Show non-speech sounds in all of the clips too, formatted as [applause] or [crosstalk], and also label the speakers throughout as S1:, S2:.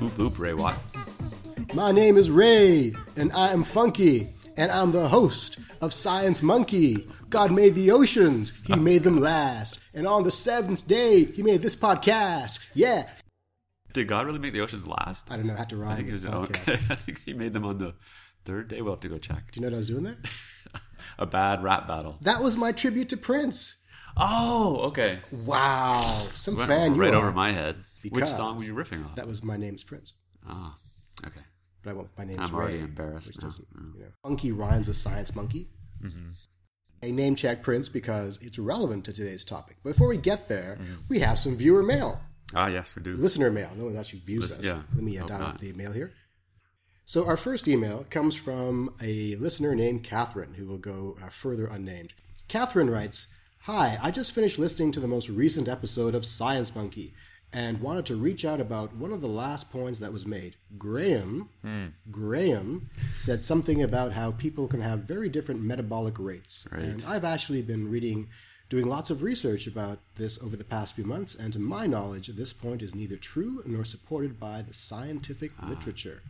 S1: Oop oop, Ray Watt.
S2: My name is Ray, and I am Funky, and I'm the host of Science Monkey. God made the oceans,
S1: Ah.
S2: He made them last. And on the seventh day, He made this podcast. Yeah.
S1: Did God really make the oceans last?
S2: I don't know how to rhyme.
S1: I think, it was,
S2: with podcast.
S1: okay. [laughs] I think he made them on the third day. We'll have to go check.
S2: Do you know what I was doing there?
S1: A bad rap battle.
S2: That was my tribute to Prince.
S1: Oh, okay.
S2: Wow. Some
S1: Went
S2: fan you
S1: right
S2: are.
S1: over my head. Which
S2: Because-
S1: song were you riffing off?
S2: That was My Name's Prince.
S1: Ah, okay.
S2: But I went with My Name's
S1: I'm
S2: Ray.
S1: already embarrassed
S2: Which
S1: now. Mm. Mm-hmm.
S2: doesn't, you know. Funky rhymes with Science Monkey. I name check Prince because it's relevant to today's topic. Before we get there,
S1: Mm-hmm.
S2: we have some viewer mail.
S1: Ah, yes, we do.
S2: listener mail. No one actually views
S1: Listen-
S2: us.
S1: yeah. Oh,
S2: Let me uh,
S1: Hope
S2: dial up
S1: not.
S2: the mail here. So our first email comes from a listener named Catherine, who will go uh, further unnamed. Catherine writes, "Hi, I just finished listening to the most recent episode of Science Monkey." And wanted to reach out about one of the last points that was made. Graham, Graham said something about how people can have very different metabolic rates. And I've actually been reading, doing lots of research about this over the past few months, and to my knowledge, this point is neither true nor supported by the scientific literature.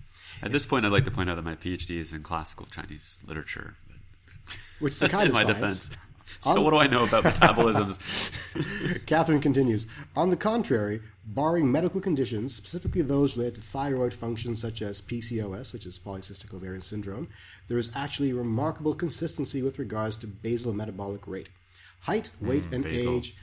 S1: At this point, I'd like to point out that my PhD is in classical Chinese literature. but-
S2: Which is the kind
S1: [laughs] in
S2: of
S1: my
S2: science. Um,
S1: defense. So what do I know about metabolisms? [laughs]
S2: [laughs] Catherine continues. On the contrary, barring medical conditions, specifically those related to thyroid functions such as PCOS, which is polycystic ovarian syndrome, there is actually remarkable consistency with regards to basal metabolic rate. Height, weight, and
S1: basal.
S2: age,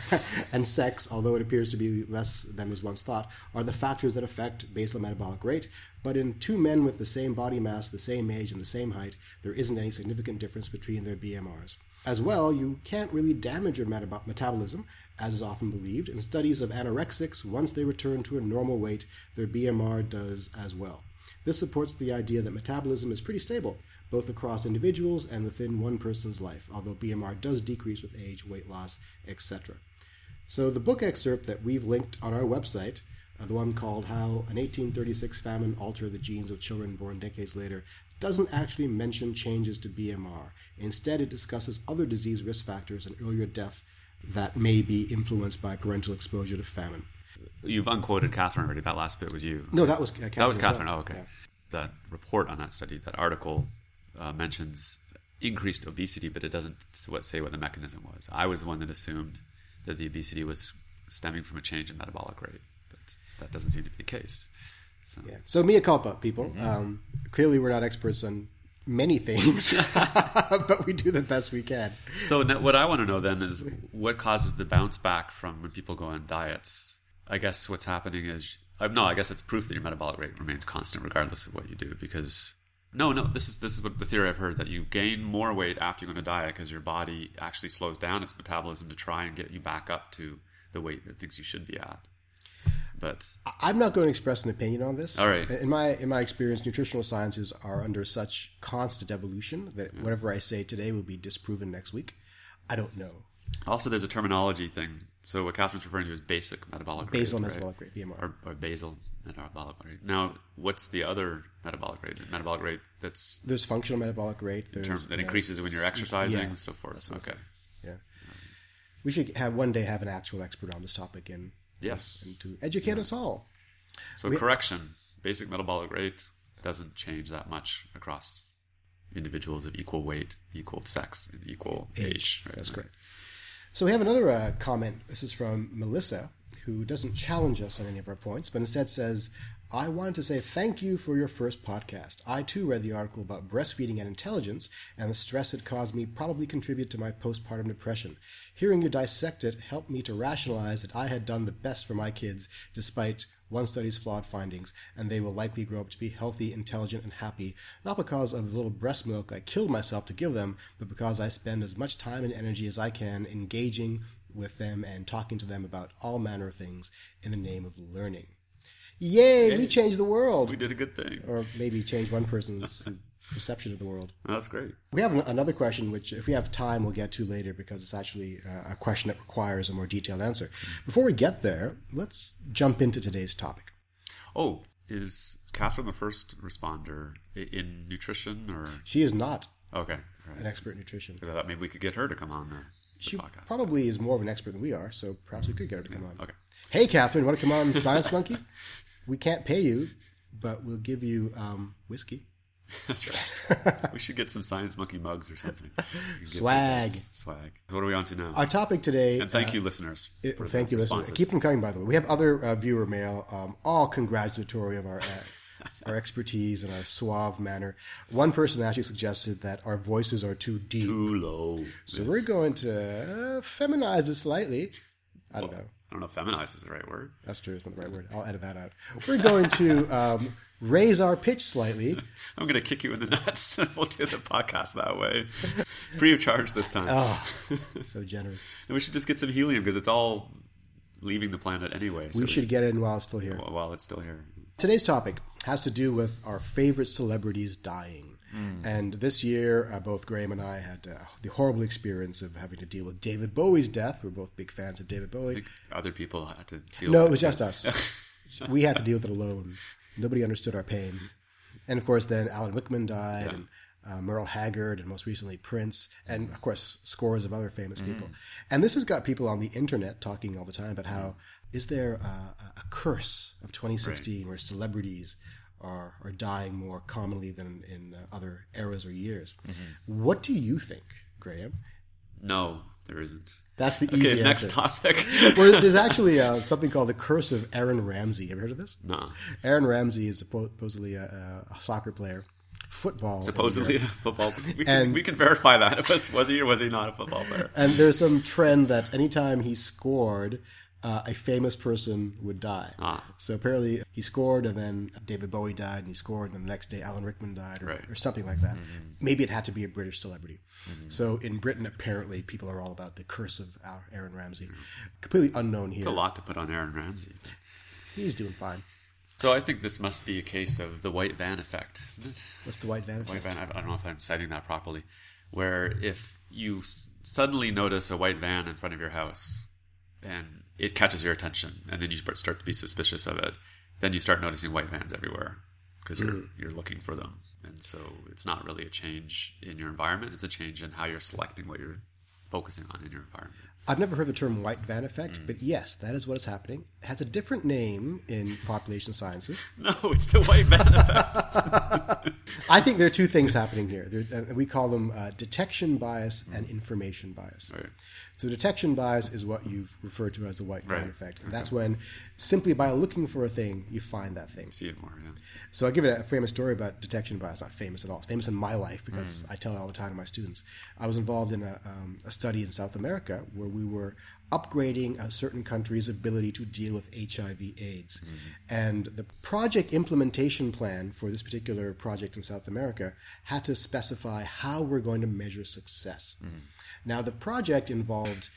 S2: [laughs] and sex, although it appears to be less than was once thought, are the factors that affect basal metabolic rate. But in two men with the same body mass, the same age, and the same height, there isn't any significant difference between their BMRs. As well, you can't really damage your metab- metabolism, as is often believed. In studies of anorexics, once they return to a normal weight, their BMR does as well. This supports the idea that metabolism is pretty stable, both across individuals and within one person's life, although BMR does decrease with age, weight loss, etc. So the book excerpt that we've linked on our website, uh, the one called How an 1836 Famine Altered the Genes of Children Born Decades Later, doesn't actually mention changes to BMR. Instead, it discusses other disease risk factors and earlier death that may be influenced by parental exposure to famine.
S1: You've unquoted Catherine already. That last bit was you.
S2: No, that was uh, Catherine.
S1: that was
S2: as well.
S1: Catherine. Oh, okay.
S2: Yeah.
S1: That report on that study, that article uh, mentions increased obesity, but it doesn't s- what, say what the mechanism was. I was the one that assumed that the obesity was stemming from a change in metabolic rate, but that doesn't seem to be the case. So,
S2: Yeah. So mea culpa, people.
S1: Mm-hmm.
S2: Um, clearly, we're not experts on many things, [laughs] but we do the best we can.
S1: so now, what I want to know then is what causes the bounce back from when people go on diets? I guess what's happening is uh, no. I guess it's proof that your metabolic rate remains constant regardless of what you do because. No, no. This is this is what the theory I've heard that you gain more weight after you go on a diet because your body actually slows down its metabolism to try and get you back up to the weight it thinks you should be at. But
S2: I- I'm not going to express an opinion on this.
S1: All right.
S2: In my in my experience, nutritional sciences are under such constant evolution that whatever I say today will be disproven next week. I don't know.
S1: also, there's a terminology thing. So what Catherine's referring to is basic metabolic rate,
S2: Basal
S1: right?
S2: metabolic rate (BMR).
S1: or, or basal metabolic rate. Now, what's the other metabolic rate? The metabolic rate that's
S2: There's functional metabolic rate. There's
S1: term, that
S2: uh,
S1: increases when you're exercising
S2: yeah.
S1: and so forth. Okay.
S2: Yeah. We should have one day have an actual expert on this topic and
S1: Yes.
S2: to educate us all.
S1: So correction: basic metabolic rate doesn't change that much across individuals of equal weight, equal sex, and equal age. right?
S2: That's correct. So we have another uh, comment. This is from Melissa, who doesn't challenge us on any of our points, but instead says, I wanted to say thank you for your first podcast. I too read the article about breastfeeding and intelligence, and the stress it caused me probably contributed to my postpartum depression. Hearing you dissect it helped me to rationalize that I had done the best for my kids, despite one study's flawed findings, and they will likely grow up to be healthy, intelligent, and happy, not because of the little breast milk I killed myself to give them, but because I spend as much time and energy as I can engaging with them and talking to them about all manner of things in the name of learning. Yay, we changed the world!
S1: We did a good thing.
S2: Or maybe change one person's perception of the world.
S1: That's great.
S2: We have an- another question, which, if we have time, we'll get to later because it's actually uh, a question that requires a more detailed answer. Before we get there, let's jump into today's topic.
S1: Oh, Is Catherine the first responder i- in nutrition or
S2: She is not
S1: okay? Right.
S2: an expert in nutrition.
S1: Because I thought maybe we could get her to come on the, the
S2: She
S1: podcast.
S2: probably is more of an expert than we are, so perhaps we could get her to come on.
S1: Okay.
S2: Hey, Catherine, want to come on Science
S1: [laughs]
S2: Monkey? We can't pay you, but we'll give you um, whiskey.
S1: That's
S2: [laughs]
S1: right. we should get some Science Monkey mugs or something. We can get
S2: Swag.
S1: those. Swag. So what are we on to now?
S2: Our topic today.
S1: and thank you, listeners.
S2: It-
S1: for
S2: thank
S1: the
S2: you, listeners.
S1: responses.
S2: Keep them coming, by the way. We have other uh, viewer mail, um, all congratulatory of
S1: [laughs]
S2: our uh, our expertise and our suave manner. One person actually suggested that our voices are too deep,
S1: Too low.
S2: so we're going to uh, feminize it slightly. I don't know.
S1: I don't know if feminize is the right word.
S2: That's true. It's not the right word. I'll edit that out. We're going
S1: [laughs]
S2: to um, raise our pitch slightly.
S1: I'm going to kick you in the [laughs] nuts and we'll do the podcast that
S2: [laughs]
S1: way. Free of charge this time.
S2: Oh. Ah, So generous.
S1: And we should just get some helium because it's all leaving the planet anyway. So
S2: We should get in while it's still here.
S1: While it's still here.
S2: Today's topic has to do with our favorite celebrities dying. And this year, uh, both Graham and I had uh, the horrible experience of having to deal with David Bowie's death. We're both big fans of David Bowie.
S1: Other people had to deal
S2: No, it
S1: with
S2: was just us. [laughs] we had to deal with it alone. Nobody understood our pain. And of course, then Alan Wickman died, and uh, Merle Haggard, and most recently Prince, and of course, scores of other famous
S1: Mm.
S2: people. And this has got people on the internet talking all the time about how is there uh, a curse of 2016 where celebrities are, are dying more commonly than in uh, other eras or years?
S1: Mm-hmm.
S2: What do you think, Graham?
S1: No, there isn't.
S2: That's the easy
S1: Okay, next
S2: answer.
S1: topic.
S2: [laughs]
S1: [laughs]
S2: well, there's actually uh, something called the curse of Aaron Ramsey. Ever heard of this?
S1: no.
S2: Aaron Ramsey is suppo- supposedly a, a soccer player, football.
S1: Supposedly a football. We can,
S2: And-
S1: we can verify that. [laughs] If was, was he or was he not a football player?
S2: And there's some trend that anytime he scored, uh, a famous person would die.
S1: Ah.
S2: So apparently he scored, and then David Bowie died, and he scored, and the next day Alan Rickman died, or,
S1: Right. Mm-hmm.
S2: or something like that. Maybe it had to be a British celebrity. So in Britain, apparently, people are all about the curse of Al- Aaron Ramsey. Completely unknown here.
S1: It's a lot to put on Aaron Ramsey.
S2: He's doing fine.
S1: So I think this must be a case of the white van effect, isn't it?
S2: What's the white van?
S1: White van. I I don't know if I'm citing that properly. Where if you s- suddenly notice a white van in front of your house, and it catches your attention, and then you sp- start to be suspicious of it, then you start noticing white vans everywhere because you're you're looking for them, and so it's not really a change in your environment; it's a change in how you're selecting what you're focusing on in your environment.
S2: I've never heard the term white van
S1: Mm.
S2: effect, but yes, that is what is happening. It has a different name in population sciences.
S1: [laughs] No, it's the white van effect.
S2: I think there are two things happening here. There, uh, we call them uh, detection bias and information bias.
S1: Mm. Right.
S2: So, detection bias is what you've referred to as the white van
S1: Right.
S2: effect. And that's when simply by looking for a thing, you find that
S1: [laughs]
S2: thing.
S1: See it more. Yeah.
S2: So I'll give it a famous story about detection bias. Not famous at all. It's famous in my life because I tell it all the time to my students. I was involved in a, um, a study in South America where we were upgrading a certain country's ability to deal with HIV/AIDS, and the project implementation plan for this particular project in South America had to specify how we're going to measure success. Now the project involved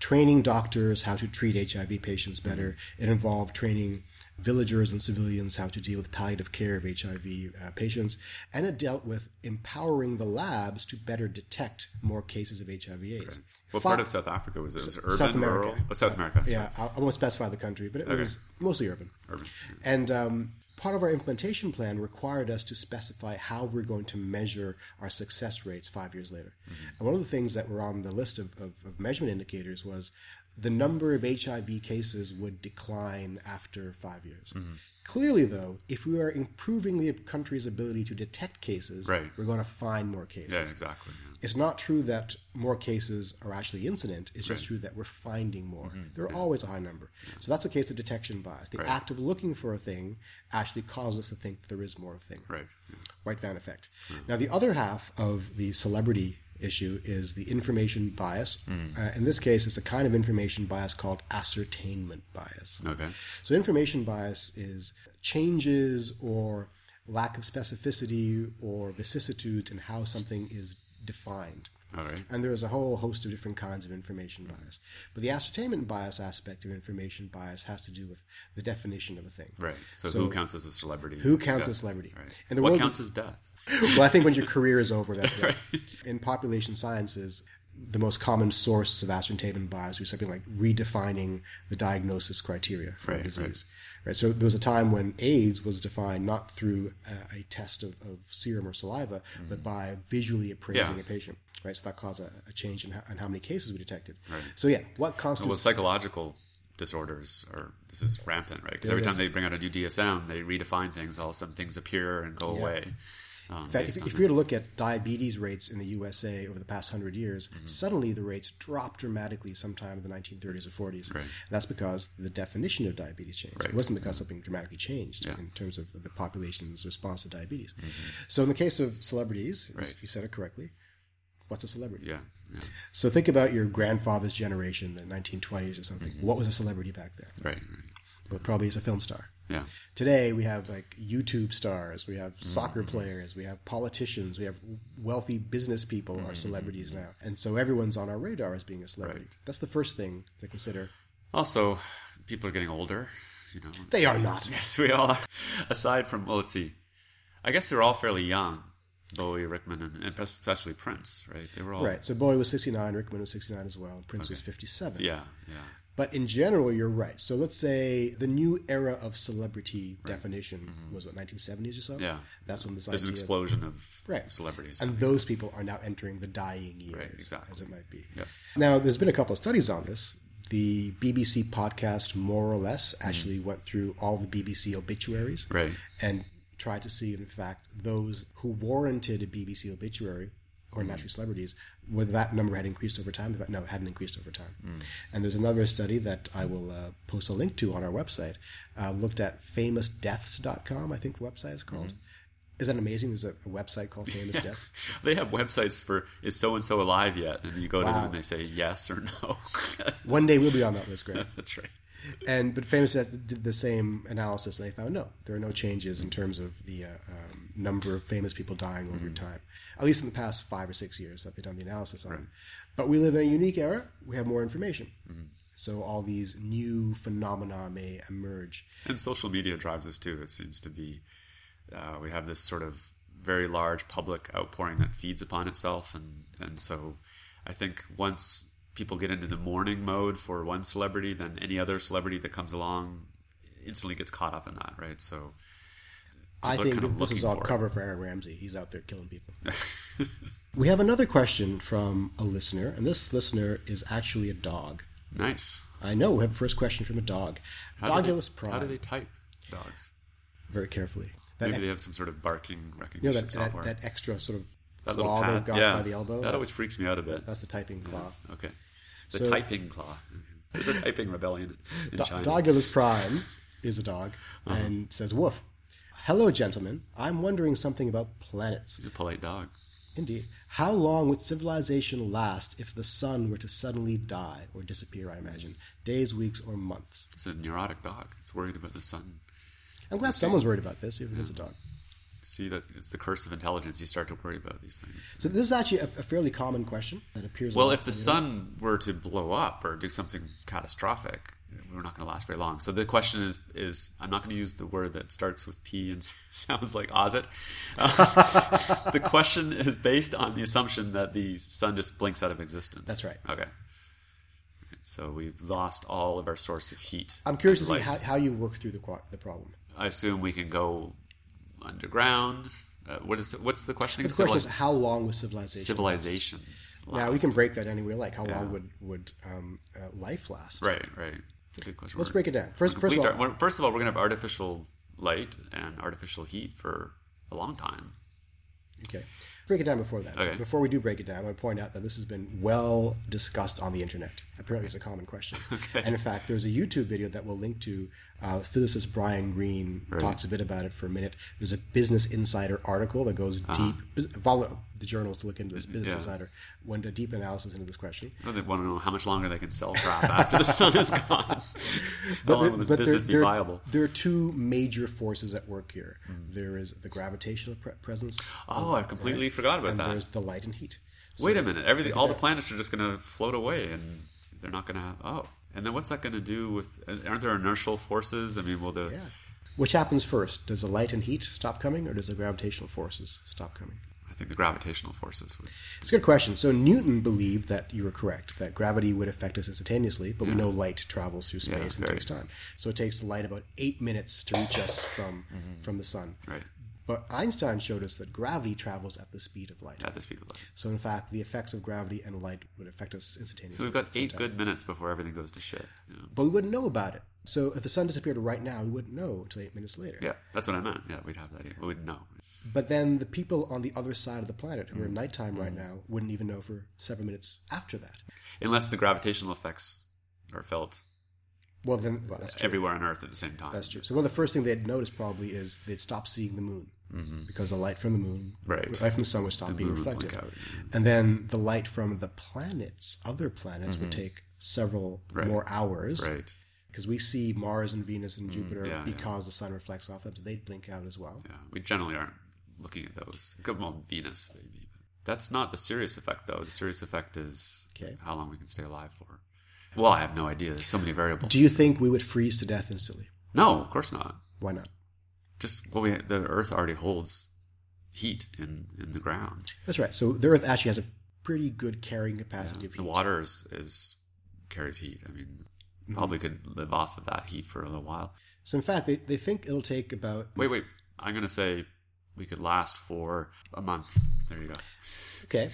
S2: training doctors how to treat HIV patients better. It involved training villagers and civilians how to deal with palliative care of HIV uh, patients. And it dealt with empowering the labs to better detect more cases of HIV/AIDS.
S1: What part of South Africa was it? Was it urban,
S2: South America.
S1: rural? Oh, South America. sorry.
S2: Yeah, I, I won't specify the country, but it was mostly urban.
S1: Urban.
S2: And um, part of our implementation plan required us to specify how we're going to measure our success rates five years later.
S1: Mm-hmm.
S2: And one of the things that were on the list of, of, of measurement indicators was the number of HIV cases would decline after five years.
S1: Mm-hmm.
S2: Clearly, though, if we are improving the country's ability to detect cases,
S1: Right.
S2: we're going to find more cases.
S1: Yeah, exactly. yeah.
S2: It's not true that more cases are actually incident. It's just true that we're finding more. There are always a high number. So that's a case of detection bias. The act of looking for a thing actually causes us to think that there is more of a thing.
S1: Right. yeah.
S2: White van effect. Now, the other half of the celebrity issue is the information bias. Uh, in this case, it's a kind of information bias called ascertainment bias.
S1: Okay.
S2: So information bias is changes or lack of specificity or vicissitudes in how something is defined.
S1: All right.
S2: And there's a whole host of different kinds of information bias. But the ascertainment bias aspect of information bias has to do with the definition of a thing.
S1: Right. So,
S2: So
S1: who counts as a celebrity?
S2: Who counts
S1: Yeah.
S2: as celebrity?
S1: Right.
S2: And the
S1: what
S2: world,
S1: counts as death?
S2: [laughs] well, I think when your career is
S1: [laughs]
S2: over, that's right.
S1: Right.
S2: In population sciences, the most common source of ascertainment bias is something like redefining the diagnosis criteria for a
S1: Right,
S2: disease. Right? So there was a time when AIDS was defined not through a, a test of, of serum or saliva, but by visually appraising
S1: Mm-hmm. Yeah.
S2: a patient. Right, so that caused a, a change in how, in how many cases we detected.
S1: Right.
S2: So yeah,
S1: Well,
S2: what constitutes
S1: psychological disorders are this is rampant, right? Because
S2: There
S1: every
S2: it
S1: time
S2: is.
S1: they bring out a new DSM, they redefine things. All of a sudden, things appear and go away. Um,
S2: In fact,
S1: based
S2: if,
S1: on
S2: if we were to look at diabetes rates in the USA over the past hundred years,
S1: Mm-hmm.
S2: suddenly the rates dropped dramatically sometime in the 1930s or 40s.
S1: Right.
S2: And that's because the definition of diabetes changed.
S1: Right.
S2: It wasn't because something dramatically changed
S1: Yeah. Mm-hmm.
S2: in terms of the population's response to diabetes. So, in the case of celebrities, you-
S1: Right.
S2: you said it correctly. What's a celebrity?
S1: yeah, yeah,
S2: So, think about your grandfather's generation, the 1920s or something.
S1: Mm-hmm.
S2: What was a celebrity back then?
S1: right, right,
S2: Well, probably as a film star.
S1: yeah,
S2: Today we have like YouTube stars, we have
S1: Mm-hmm.
S2: soccer players, we have politicians, we have wealthy business people
S1: Mm-hmm.
S2: are celebrities now, and so everyone's on our radar as being a celebrity.
S1: Right.
S2: That's the first thing to consider.
S1: Also, people are getting older. You know,
S2: They are not.
S1: [laughs] yes, we all. Are. Aside from, well, let's see. I guess they're all fairly young. Bowie, Rickman, and, and especially Prince, right? They were all
S2: Right. So Bowie was sixty nine, Rickman was sixty nine as well, and Prince was fifty seven.
S1: Yeah, yeah,
S2: But in general, you're right. So let's say the new era of celebrity definition was what nineteen seventies or so.
S1: Mm-hmm. Yeah.
S2: That's when this
S1: There's an
S2: idea.
S1: explosion of
S2: Right.
S1: celebrities.
S2: and those people are now entering the dying years,
S1: Right, exactly.
S2: as it might be.
S1: Yeah.
S2: Now, there's been a couple of studies on this. The BBC podcast, more or less, actually went through all the BBC obituaries
S1: Mm-hmm. right.
S2: and tried to see, in fact, those who warranted a BBC obituary or
S1: Mm-hmm.
S2: naturally celebrities, whether that number had increased over time. In fact, No, it hadn't increased over time.
S1: Mm.
S2: And there's another study that I will uh, post a link to on our website, uh, looked at famousdeaths.com, I think the website is called.
S1: Mm-hmm.
S2: Isn't that amazing? There's a, a website called
S1: [laughs]
S2: Famous Deaths.
S1: They have websites for is so and so alive yet, and you go to them
S2: Wow.
S1: and they say yes or no. [laughs]
S2: One day we'll be on that list, Greg.
S1: That's right.
S2: And but Famous Deaths did the same analysis, and they found no, there are no changes in terms of the uh, um, number of famous people dying
S1: Mm-hmm.
S2: over time, at least in the past five or six years that they've done the analysis on. But we live in a unique era; we have more information,
S1: Mm-hmm.
S2: so all these new phenomena may emerge.
S1: And social media drives us too. It seems to be uh, we have this sort of very large public outpouring that feeds upon itself, and and so I think once people get into the mourning mode for one celebrity, then any other celebrity that comes along instantly gets caught up in that, right? So
S2: I
S1: People are
S2: think
S1: kind of
S2: this is
S1: looking
S2: all
S1: for it.
S2: cover for Aaron Ramsey. He's out there
S1: [laughs]
S2: killing people. we have another question from a listener, and this listener is actually a dog.
S1: nice.
S2: I know we have a first question from a dog.
S1: How do they-
S2: Dogulus Prime.
S1: How do they type dogs?
S2: very carefully. That, e
S1: Maybe they have some sort of barking
S2: you
S1: recognition
S2: know, that, that,
S1: software.
S2: that extra sort of
S1: That little
S2: claw
S1: pad,
S2: they've got
S1: yeah,
S2: by the elbow.
S1: That always freaks me out a bit.
S2: that's the typing claw.
S1: Okay. The
S2: So-
S1: typing claw. [laughs] There's a typing rebellion in
S2: Do-
S1: China. Uh-huh.
S2: Dogulus Prime is a dog and says, Woof. Hello, gentlemen. I'm wondering something about planets.
S1: He's a polite dog.
S2: Indeed. How long would civilization last if the sun were to suddenly die or disappear, I imagine? Days, weeks, or months?
S1: It's a neurotic dog. It's worried about the sun.
S2: I'm glad someone's worried about this, even if it's a
S1: Hmm.
S2: dog.
S1: See that it's the curse of intelligence. You start to worry about these things.
S2: So this is actually a, a fairly common question that appears. a
S1: Well,
S2: lot
S1: if the
S2: on
S1: sun were to blow up or do something catastrophic, we're not going to last very long. So the question is: is I'm not going to use the word that starts with P and [laughs] sounds like
S2: [laughs]
S1: Ozit. Uh, the question is based on the assumption that the sun just blinks out of existence.
S2: That's right.
S1: Okay. So we've lost all of our source of heat.
S2: I'm curious to
S1: and
S2: see
S1: light.
S2: how, how you work through the, qua- the problem.
S1: I assume we can go underground. Uh, what is what's the question?
S2: The
S1: again?
S2: question
S1: Civili-
S2: is, how long was civilization?
S1: civilization.
S2: Yeah, we
S1: last?
S2: can break that any way we like. How long would would um, uh, life last?
S1: Right, right. It's a good question.
S2: Let's break it down. First, first of all,
S1: first of all, we're gonna have artificial light and artificial heat for a long time.
S2: okay. Break it down before that.
S1: Okay.
S2: Before we do break it down, I want to point out that this has been well discussed on the internet. Apparently, it's a
S1: [laughs]
S2: common question. And in fact, there's a YouTube video that we'll link to. Uh, physicist Brian Green talks a bit about it for a minute. There's a Business Insider article that goes deep. bus- Follow the journals to look into this. Business
S1: Uh-huh. yeah.
S2: Insider went a deep analysis into this question.
S1: I don't want to know how much longer they can sell
S2: [laughs]
S1: crap after the sun is gone. how long will this
S2: but
S1: business be viable?
S2: There are two major forces at work here. There is the gravitational pre- presence,
S1: Oh, I completely forgot about
S2: and
S1: that.
S2: there's the light and heat.
S1: Wait a minute. Everything, all the planets are just gonna float away, and they're not gonna have. Oh, and then what's that gonna do with? Aren't there inertial forces? I mean, will the
S2: Yeah. Which happens first? Does the light and heat stop coming, or does the gravitational forces stop coming?
S1: I think the gravitational forces would.
S2: It's a good question. So Newton believed that you were correct that gravity would affect us instantaneously, but we know light travels through space
S1: Yeah,
S2: and
S1: very.
S2: takes time. So it takes light about eight minutes to reach us from
S1: Mm-hmm.
S2: from the sun.
S1: Right.
S2: But Einstein showed us that gravity travels at the speed of light.
S1: At the speed of light.
S2: So in fact, the effects of gravity and light would affect us
S1: So
S2: instantaneously.
S1: we've got
S2: at the same
S1: eight
S2: time.
S1: good minutes before everything goes to shit. you know?
S2: but we wouldn't know about it. So if the sun disappeared right now, we wouldn't know until eight minutes later.
S1: Yeah, that's what I meant. Yeah, we'd have that. eight- We'd know.
S2: But then the people on the other side of the planet
S1: Mm.
S2: who are in nighttime right now wouldn't even know for seven minutes after that.
S1: Unless the gravitational effects are felt
S2: Well, then well, that's true.
S1: everywhere on Earth at the same time.
S2: That's true. So one of the first things they'd notice probably is they'd stop seeing the moon because the light from the moon,
S1: Mm-hmm. Right.
S2: light from the sun would stop being
S1: moon would
S2: reflected,
S1: blink out,
S2: and then the light from the planets, other planets, would take several
S1: Mm-hmm. Right.
S2: more hours
S1: Right.
S2: because we see Mars and Venus and Jupiter
S1: Mm, yeah, yeah.
S2: because the sun reflects off them, so they'd blink out as well.
S1: Yeah, we generally aren't looking at those. Good, well, Venus maybe. But that's not the serious effect though. The serious effect is
S2: Okay.
S1: how long we can stay alive for. Well, I have no idea. There's so many variables.
S2: Do you think we would freeze to death instantly?
S1: no, of course not.
S2: Why not?
S1: Just what we the Earth already holds heat in in the ground.
S2: That's right. So the Earth actually has a pretty good carrying capacity of
S1: The
S2: heat.
S1: water is, is carries heat. I mean,
S2: Mm-hmm.
S1: probably could live off of that heat for a little while.
S2: So in fact, they, they think it'll take about
S1: Wait, wait. I'm gonna say we could last for a month. There you go. [laughs]
S2: Okay.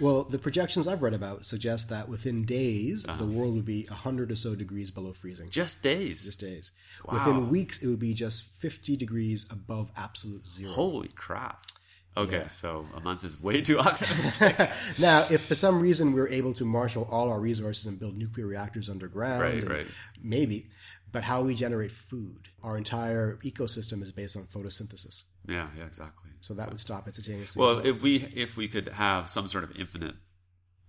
S2: Well, the projections I've read about suggest that within days,
S1: Uh-huh.
S2: the world would be 100 or so degrees below freezing.
S1: Just days.
S2: Just days.
S1: Wow.
S2: Within weeks, it would be just 50 degrees above absolute zero.
S1: Holy crap. Okay, so a month is way too [laughs] optimistic.
S2: [laughs] now, if for some reason we were able to marshal all our resources and build nuclear reactors underground,
S1: Right,
S2: and
S1: right.
S2: maybe. But how we generate food, our entire ecosystem is based on photosynthesis.
S1: yeah, yeah, exactly.
S2: So that would stop instantaneously.
S1: Well, if we if we could have some sort of infinite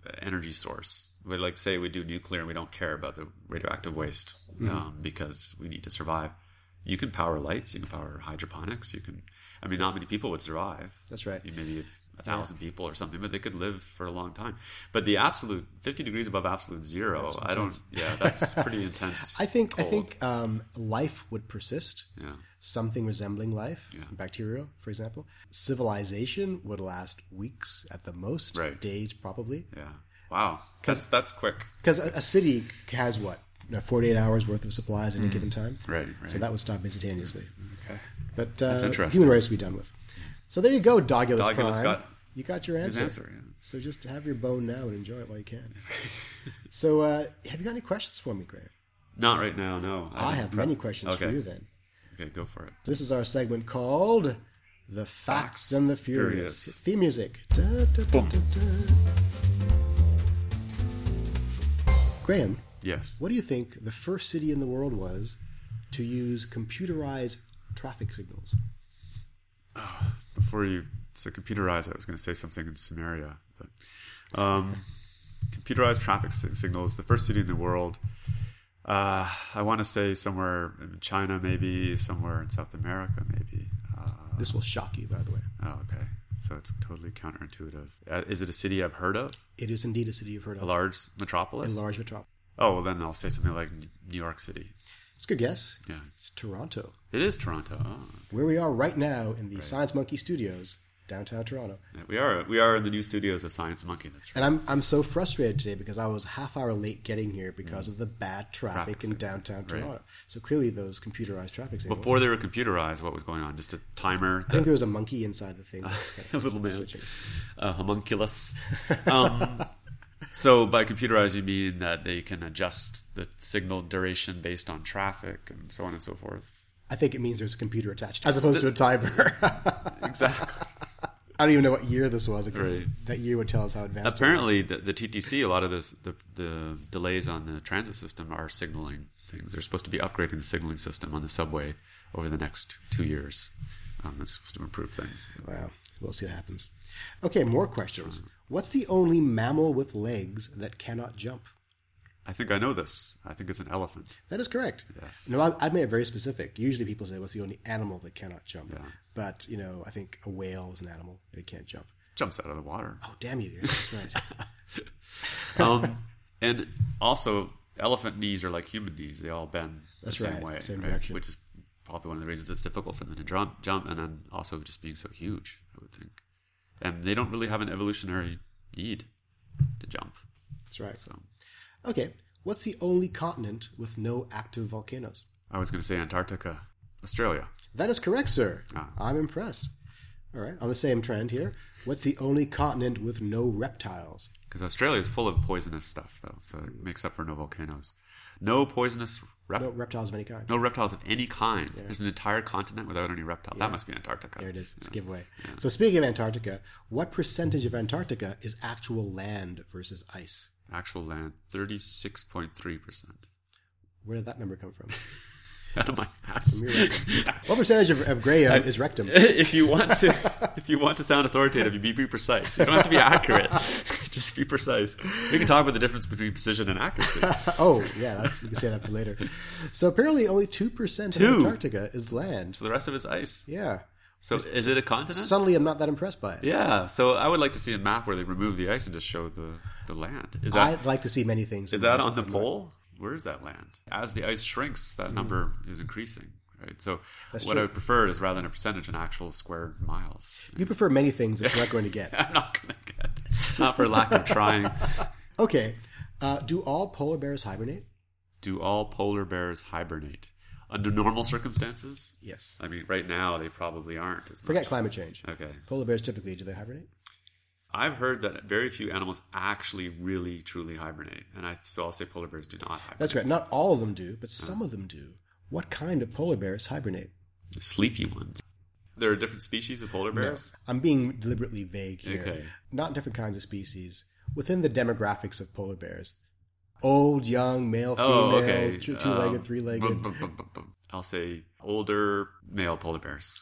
S1: uh, energy source, we like say we do nuclear and we don't care about the radioactive waste um, because we need to survive. You can power lights, you can power hydroponics, you can. I mean, not many people would survive.
S2: That's right.
S1: You- Maybe if a thousand people or something, but they could live for a long time. But the absolute fifty degrees above absolute zero, I don't. Yeah,
S2: [laughs]
S1: that's pretty intense.
S2: I think I
S1: cold.
S2: think um, life would persist.
S1: Yeah.
S2: something resembling life,
S1: Yeah.
S2: bacteria, for example. Civilization would last weeks at the most,
S1: Right.
S2: days probably.
S1: Yeah. Wow. That's that's quick.
S2: Because a, a city has what? you know, 48 hours worth of supplies at
S1: Mm.
S2: any given time.
S1: Right. Right.
S2: So that would stop instantaneously.
S1: okay.
S2: But uh,
S1: interesting.
S2: human race would be done with. So there you go, Dogulus,
S1: Dogulus
S2: Prime.
S1: got
S2: you got your
S1: His
S2: answer.
S1: answer. Yeah.
S2: So just have your bone now and enjoy it while you can.
S1: [laughs]
S2: so uh, have you got any questions for me, Graham?
S1: Not right now. No.
S2: I,
S1: didn't
S2: have
S1: prep-
S2: many questions
S1: okay.
S2: for you then.
S1: Okay. Go for it.
S2: This is our segment called The Facts,
S1: Facts
S2: and the Furious.
S1: Furious.
S2: Theme music. Da, da, da, da, da. Graham,
S1: Yes.
S2: what do you think the first city in the world was to use computerized traffic signals?
S1: Before you so computerize, I was going to say something in Samaria, but um, computerized traffic sig- signals. The first city in the world. Uh, I want to say somewhere in China, maybe somewhere in South America, maybe. Uh,
S2: This will shock you, by the way.
S1: oh, okay. So it's totally counterintuitive. Uh, is it a city I've heard of?
S2: It is indeed a city you've heard
S1: A
S2: of.
S1: large metropolis?
S2: A large metropolis.
S1: Oh, well, then I'll say something like N- New York City.
S2: It's a good guess.
S1: Yeah.
S2: It's Toronto,
S1: It is Toronto. Oh.
S2: where we are right now in the Science Monkey Studios, downtown Toronto.
S1: Yeah, We are we are in the new studios of Science Monkey. That's right.
S2: And I'm I'm so frustrated today because I was a half hour late getting here because of the bad Mm. traffic,
S1: Traffic
S2: in
S1: signal,
S2: downtown
S1: right.
S2: Toronto. So clearly those computerized traffic signals.
S1: Before they were computerized, what was going on? Just a timer,
S2: I think there was a monkey inside the [laughs] thing. that was kind
S1: [laughs] a
S2: of
S1: little man,
S2: switching.
S1: a homunculus. Um, so by computerized, you mean that they can adjust the signal duration based on traffic and so on and so forth.
S2: I think it means there's a computer attached as opposed to a timer. [laughs]
S1: Exactly.
S2: I don't even know what year this was. It could-
S1: Right.
S2: That year would tell us how advanced. it
S1: Apparently, the, the TTC, a lot of this, the, the delays on the transit system are signaling things. They're supposed to be upgrading the signaling system on the subway over the next two years. Um, that's supposed to improve things.
S2: was. Wow. We'll see what happens. Okay, more questions. What's the only mammal with legs that cannot jump?
S1: I think I know this. I think it's an elephant.
S2: That is correct.
S1: Yes.
S2: No, I, I've made it very specific. Usually people say, what's the only animal that cannot jump?
S1: Yeah.
S2: But, you know, I think a whale is an animal and it can't jump.
S1: Jumps out of the water.
S2: Oh, damn you. That's right.
S1: [laughs] Um, and also, elephant knees are like human knees. They all bend
S2: That's
S1: the same
S2: right,
S1: way,
S2: same
S1: right?
S2: direction.
S1: which is probably one of the reasons it's difficult for them to jump. Jump, and then also just being so huge. I would think. and they don't really have an evolutionary need to jump.
S2: That's right.
S1: So
S2: Okay, what's the only continent with no active volcanoes?
S1: I was going to say Antarctica, Australia.
S2: That is correct, sir.
S1: Ah.
S2: I'm impressed. All right, on the same trend here, what's the only continent with no reptiles?
S1: Because Australia is full of poisonous stuff, though, so it makes up for no volcanoes. No poisonous rep-
S2: No
S1: no.
S2: reptiles of any kind.
S1: reptiles of any kind. There's an entire continent without any reptile. That must be Antarctica.
S2: There it is. It's a giveaway. So speaking of Antarctica, what percentage of Antarctica is actual land versus ice?
S1: Actual land, 36.3%.
S2: Where did that number come from?
S1: Out of [laughs] my ass.
S2: What percentage of, of Graham is rectum?
S1: [laughs]
S2: [laughs]
S1: if you want to if you want to sound authoritative, you be, be precise. You don't have to be accurate. [laughs] Just be precise. We can talk about the difference between precision and
S2: [laughs]
S1: accuracy.
S2: Oh, yeah, that's, we can say that for later. So apparently only 2%
S1: Two.
S2: of Antarctica is land.
S1: So the rest of it's ice.
S2: Yeah.
S1: So is it a continent?
S2: Suddenly I'm not that impressed by it.
S1: yeah. So I would like to see a map where they remove the ice and just show the, the land. Is that
S2: I'd like to see many things.
S1: is that on the pole? Where is that land? As the ice shrinks, that number is increasing. Right. So
S2: Hmm. That's
S1: what
S2: true.
S1: I would prefer is rather than a percentage, an actual square miles.
S2: You prefer many things that you're not going to get.
S1: [laughs] I'm not gonna get not for lack of trying.
S2: Okay. Uh, do all polar bears hibernate?
S1: Do all polar bears hibernate under normal circumstances?
S2: Yes.
S1: I mean, right now they probably aren't. As
S2: Forget
S1: much.
S2: climate change.
S1: Okay,
S2: Polar bears typically, do they hibernate?
S1: I've heard that very few animals actually, really, truly hibernate, and I so I'll say polar bears do not hibernate.
S2: That's right. Not all of them do, but some of them do. What kind of polar bears hibernate?
S1: The sleepy ones. There are different species of polar bears.
S2: I'm being deliberately vague here.
S1: Okay.
S2: Not different kinds of species. Within the demographics of polar bears, old, young, male,
S1: Oh,
S2: female,
S1: okay.
S2: two legged,
S1: Um,
S2: three
S1: bum,
S2: legged.
S1: bum, bum, bum, bum. I'll say older male polar bears,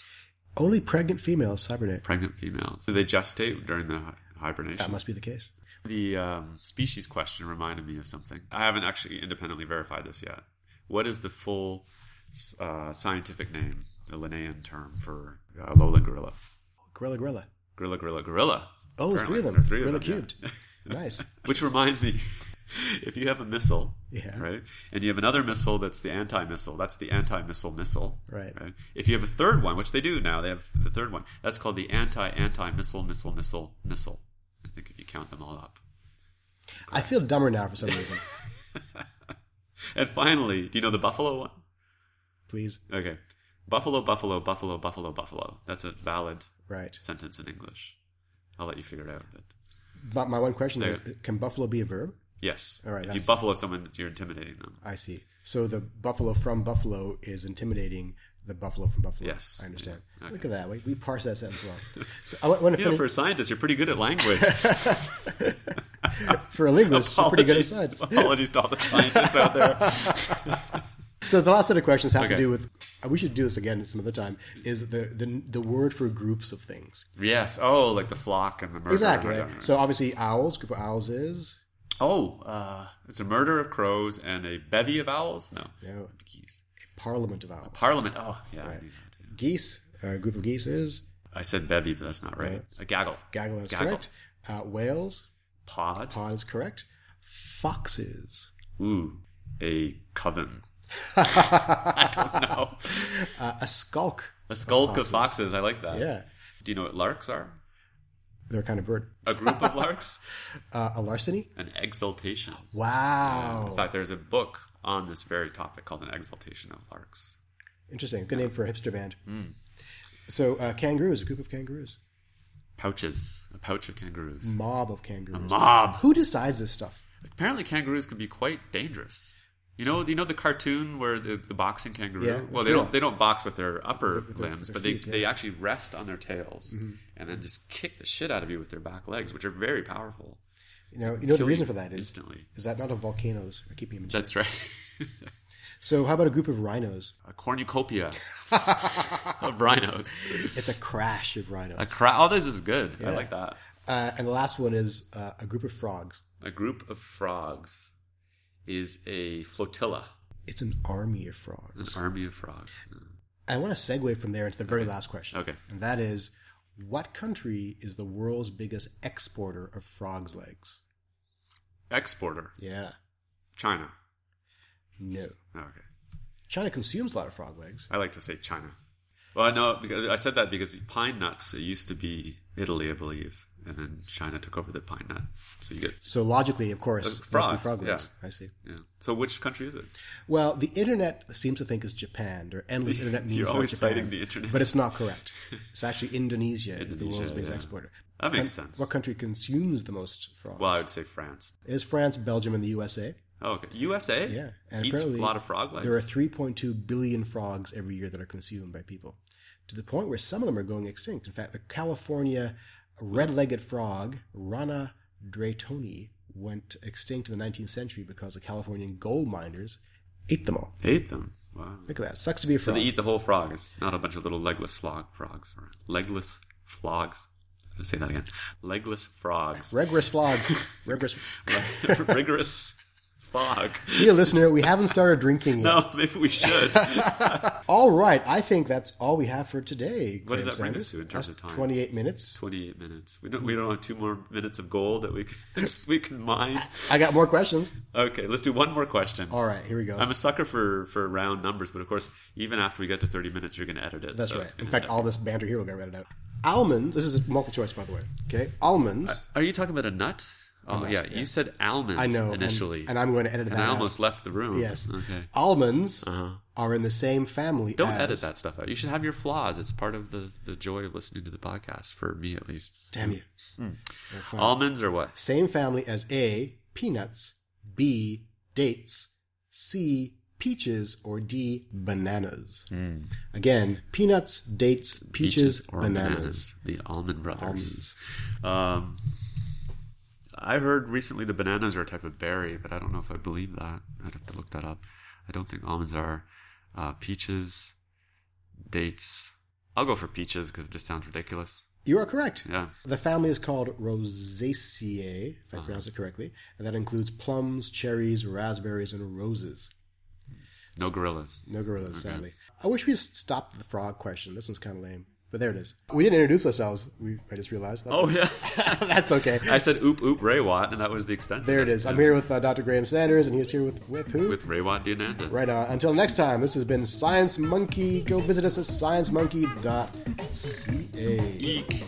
S2: Only pregnant females hibernate.
S1: pregnant females. Do they gestate during the hi- hibernation?
S2: That must be the case.
S1: The um, species question reminded me of something. I haven't actually independently verified this yet. What is the full uh, scientific name, the Linnaean term for uh, lowland gorilla?
S2: Gorilla, gorilla.
S1: Gorilla, gorilla, gorilla.
S2: Oh, it's three of
S1: Apparently,
S2: them.
S1: there are
S2: gorilla
S1: yeah.
S2: cubed.
S1: [laughs]
S2: nice.
S1: Which reminds me, [laughs] if you have a missile,
S2: Yeah.
S1: right, and you have another missile that's the anti-missile, that's the anti-missile missile,
S2: Right.
S1: right. If you have a third one, which they do now, they have the third one. That's called the anti-anti-missile missile missile missile. I think if you count them all up.
S2: I feel dumber now for
S1: [laughs]
S2: some reason.
S1: And finally, do you know the buffalo one?
S2: Please.
S1: Okay. Buffalo, buffalo, buffalo, buffalo, buffalo. That's a valid
S2: Right.
S1: sentence in English. I'll let you figure it out. But
S2: But my one question
S1: There.
S2: is can buffalo be a verb?
S1: yes.
S2: All right,
S1: if you
S2: that's-
S1: buffalo someone, you're intimidating them.
S2: I see. So the buffalo from Buffalo is intimidating the buffalo from Buffalo.
S1: Yes.
S2: I understand.
S1: Yeah. Okay.
S2: Look at that. We, we parse that
S1: [laughs]
S2: sentence well. So I want to
S1: You know,
S2: finish,
S1: for a scientist, you're pretty good at language.
S2: [laughs] for, a linguist, you're pretty good at
S1: Apologies-
S2: science.
S1: [laughs] Apologies to all the scientists out
S2: [laughs]
S1: there.
S2: So the last set of questions have to
S1: Okay.
S2: do with, uh, we should do this again some other time, is the, the, the word for groups of things.
S1: Yes. Oh, like the flock and the murder.
S2: Exactly.
S1: Right,
S2: right?
S1: right, right.
S2: So obviously owls, group of owls is,
S1: oh, uh, it's a murder of crows and a bevy of owls. No.
S2: No.
S1: Geese.
S2: parliament of owls.
S1: Parliament. Oh, yeah. I knew that, yeah.
S2: Geese, uh, group of geese is,
S1: I said bevy, but that's not right. A gaggle.
S2: gaggle is correct. Uh, whales,
S1: Pod.
S2: pod is correct. Foxes. [laughs]
S1: Ooh, a coven. [laughs] I don't know.
S2: Uh, a skulk.
S1: A skulk of foxes. I like that.
S2: Yeah.
S1: Do you know what larks are?
S2: They're a kind of bird.
S1: A group
S2: [laughs]
S1: of larks?
S2: Uh, a larceny?
S1: An exaltation. In
S2: Wow.
S1: fact, there's a book on this very topic called An Exaltation of Larks.
S2: Interesting. Good name for a hipster band.
S1: Hmm.
S2: So, uh, kangaroos, a group of kangaroos,
S1: Pouches. A pouch of kangaroos.
S2: mob of kangaroos.
S1: Mob.
S2: Who decides this stuff?
S1: Apparently, kangaroos can be quite dangerous. You know, you know the cartoon where the, the boxing kangaroo.
S2: Yeah,
S1: well, they
S2: yeah.
S1: don't they don't box with their upper limbs,
S2: their
S1: but they,
S2: feet, yeah. Mm-hmm.
S1: they actually rest on their tails and then just kick the shit out of you with their back legs, which are very powerful.
S2: You know, you know the reason for that is
S1: instantly.
S2: is that not of volcanoes are keeping them in check.
S1: That's right. [laughs]
S2: So, how about a group of rhinos?
S1: a cornucopia [laughs] of rhinos.
S2: It's a crash of
S1: A
S2: rhinos.
S1: crowd. Oh, this is good. I like that.
S2: Uh, and the last one is uh, a group of frogs.
S1: A group of frogs is a flotilla,
S2: It's an army of
S1: an
S2: frogs.
S1: army of frogs.
S2: I want to segue from there into the very last question.
S1: Okay.
S2: And that is, what country is the world's biggest exporter of frogs' legs?
S1: Exporter,
S2: Yeah.
S1: China. Oh,
S2: No.
S1: Okay,
S2: China consumes a lot of frog legs.
S1: I like to say China. Well, no, because I said that because pine nuts it used to be Italy, I believe, and then China took over the pine nut. So you get
S2: So logically, of course,
S1: Those
S2: must be
S1: frogs,
S2: frog
S1: yeah.
S2: legs. I see.
S1: yeah. So which country is it?
S2: Well, the internet seems to think it's Japan. There are endless internet
S1: [laughs]
S2: memes
S1: You're
S2: about
S1: always
S2: Japan,
S1: citing the internet.
S2: but it's not correct. It's actually Indonesia, is the world's
S1: Indonesia,
S2: biggest
S1: yeah.
S2: exporter.
S1: That makes
S2: Con-
S1: sense.
S2: What country consumes the most frogs?
S1: Well, I would say France.
S2: is France, Belgium, and the USA?
S1: Oh, okay. USA.
S2: Yeah, and
S1: eats a
S2: apparently
S1: lot of frog legs.
S2: There are 3.2 billion frogs every year that are consumed by people, to the point where some of them are going extinct. In fact, the California red-legged frog, Rana Draytoni, went extinct in the 19th century because the Californian gold miners ate them all.
S1: Ate them. Wow.
S2: Look at that. Sucks to be a
S1: So
S2: frog.
S1: they eat the e- whole frog. It's not a bunch of little legless flog frogs. Or legless flogs. I'm gonna say that again. Legless frogs.
S2: Rigorous flogs. Rigorous.
S1: [laughs] Rigorous fog.
S2: Dear listener, we haven't started drinking yet.
S1: No, maybe we should.
S2: [laughs] All right, I think that's all we have for today.
S1: What does
S2: Graham
S1: that bring us
S2: Sanders.
S1: to in terms
S2: That's
S1: of time?
S2: 28 minutes.
S1: 28 minutes. We don't. We don't have two more minutes of gold that we can, [laughs] we can mine.
S2: I got more questions.
S1: Okay, let's do one more question.
S2: All right, here we go.
S1: I'm a sucker for for round numbers, but of course, even after we get to 30 minutes, you're going to edit it.
S2: That's
S1: so
S2: right.
S1: it's
S2: In
S1: gonna
S2: fact,
S1: end up-
S2: all this banter here will get read out. Almonds, this is a multiple choice, by the way. Okay, almonds.
S1: are you talking about a nut? Oh yeah, you said almond.
S2: I know. and-
S1: initially,
S2: And, I'm going to edit that
S1: And I
S2: out.
S1: almost left the room.
S2: Yes. Uh-huh.
S1: Okay. Oh.
S2: Almonds are in the same family
S1: Don't
S2: as-
S1: edit that stuff out. You should have your flaws. It's part of the, the joy of listening to the podcast, for me at least.
S2: Damn you.
S1: Almonds or what?
S2: Same family as A, peanuts, B, dates, C, peaches, or D, bananas.
S1: Hmm.
S2: Again, peanuts, dates, peaches, bananas.
S1: The almond brothers.
S2: Almonds.
S1: Um, I heard recently the bananas are a type of berry, but I don't know if I believe that. I'd have to look that up. I don't think almonds are. Uh, peaches, dates. I'll go for peaches because it just sounds ridiculous.
S2: You are correct.
S1: Yeah.
S2: The family is called Rosaceae, if I
S1: Uh-huh.
S2: pronounce it correctly, and that includes plums, cherries, raspberries, and roses.
S1: No gorillas.
S2: No gorillas, sadly. I wish we just stopped the frog question. This one's kind of lame, but there it is. We didn't introduce ourselves. We I just realized. That's
S1: Oh, yeah.
S2: [laughs] that's okay.
S1: [laughs] I said oop oop Ray Watt, and that was the extent. of
S2: There it is. I'm here with uh, Dr. Graham Sanders, and he's here with with who?
S1: With Ray Watt Diananda.
S2: right on. Until next time, this has been Science Monkey. Go visit us at sciencemonkey.ca.
S1: Eek.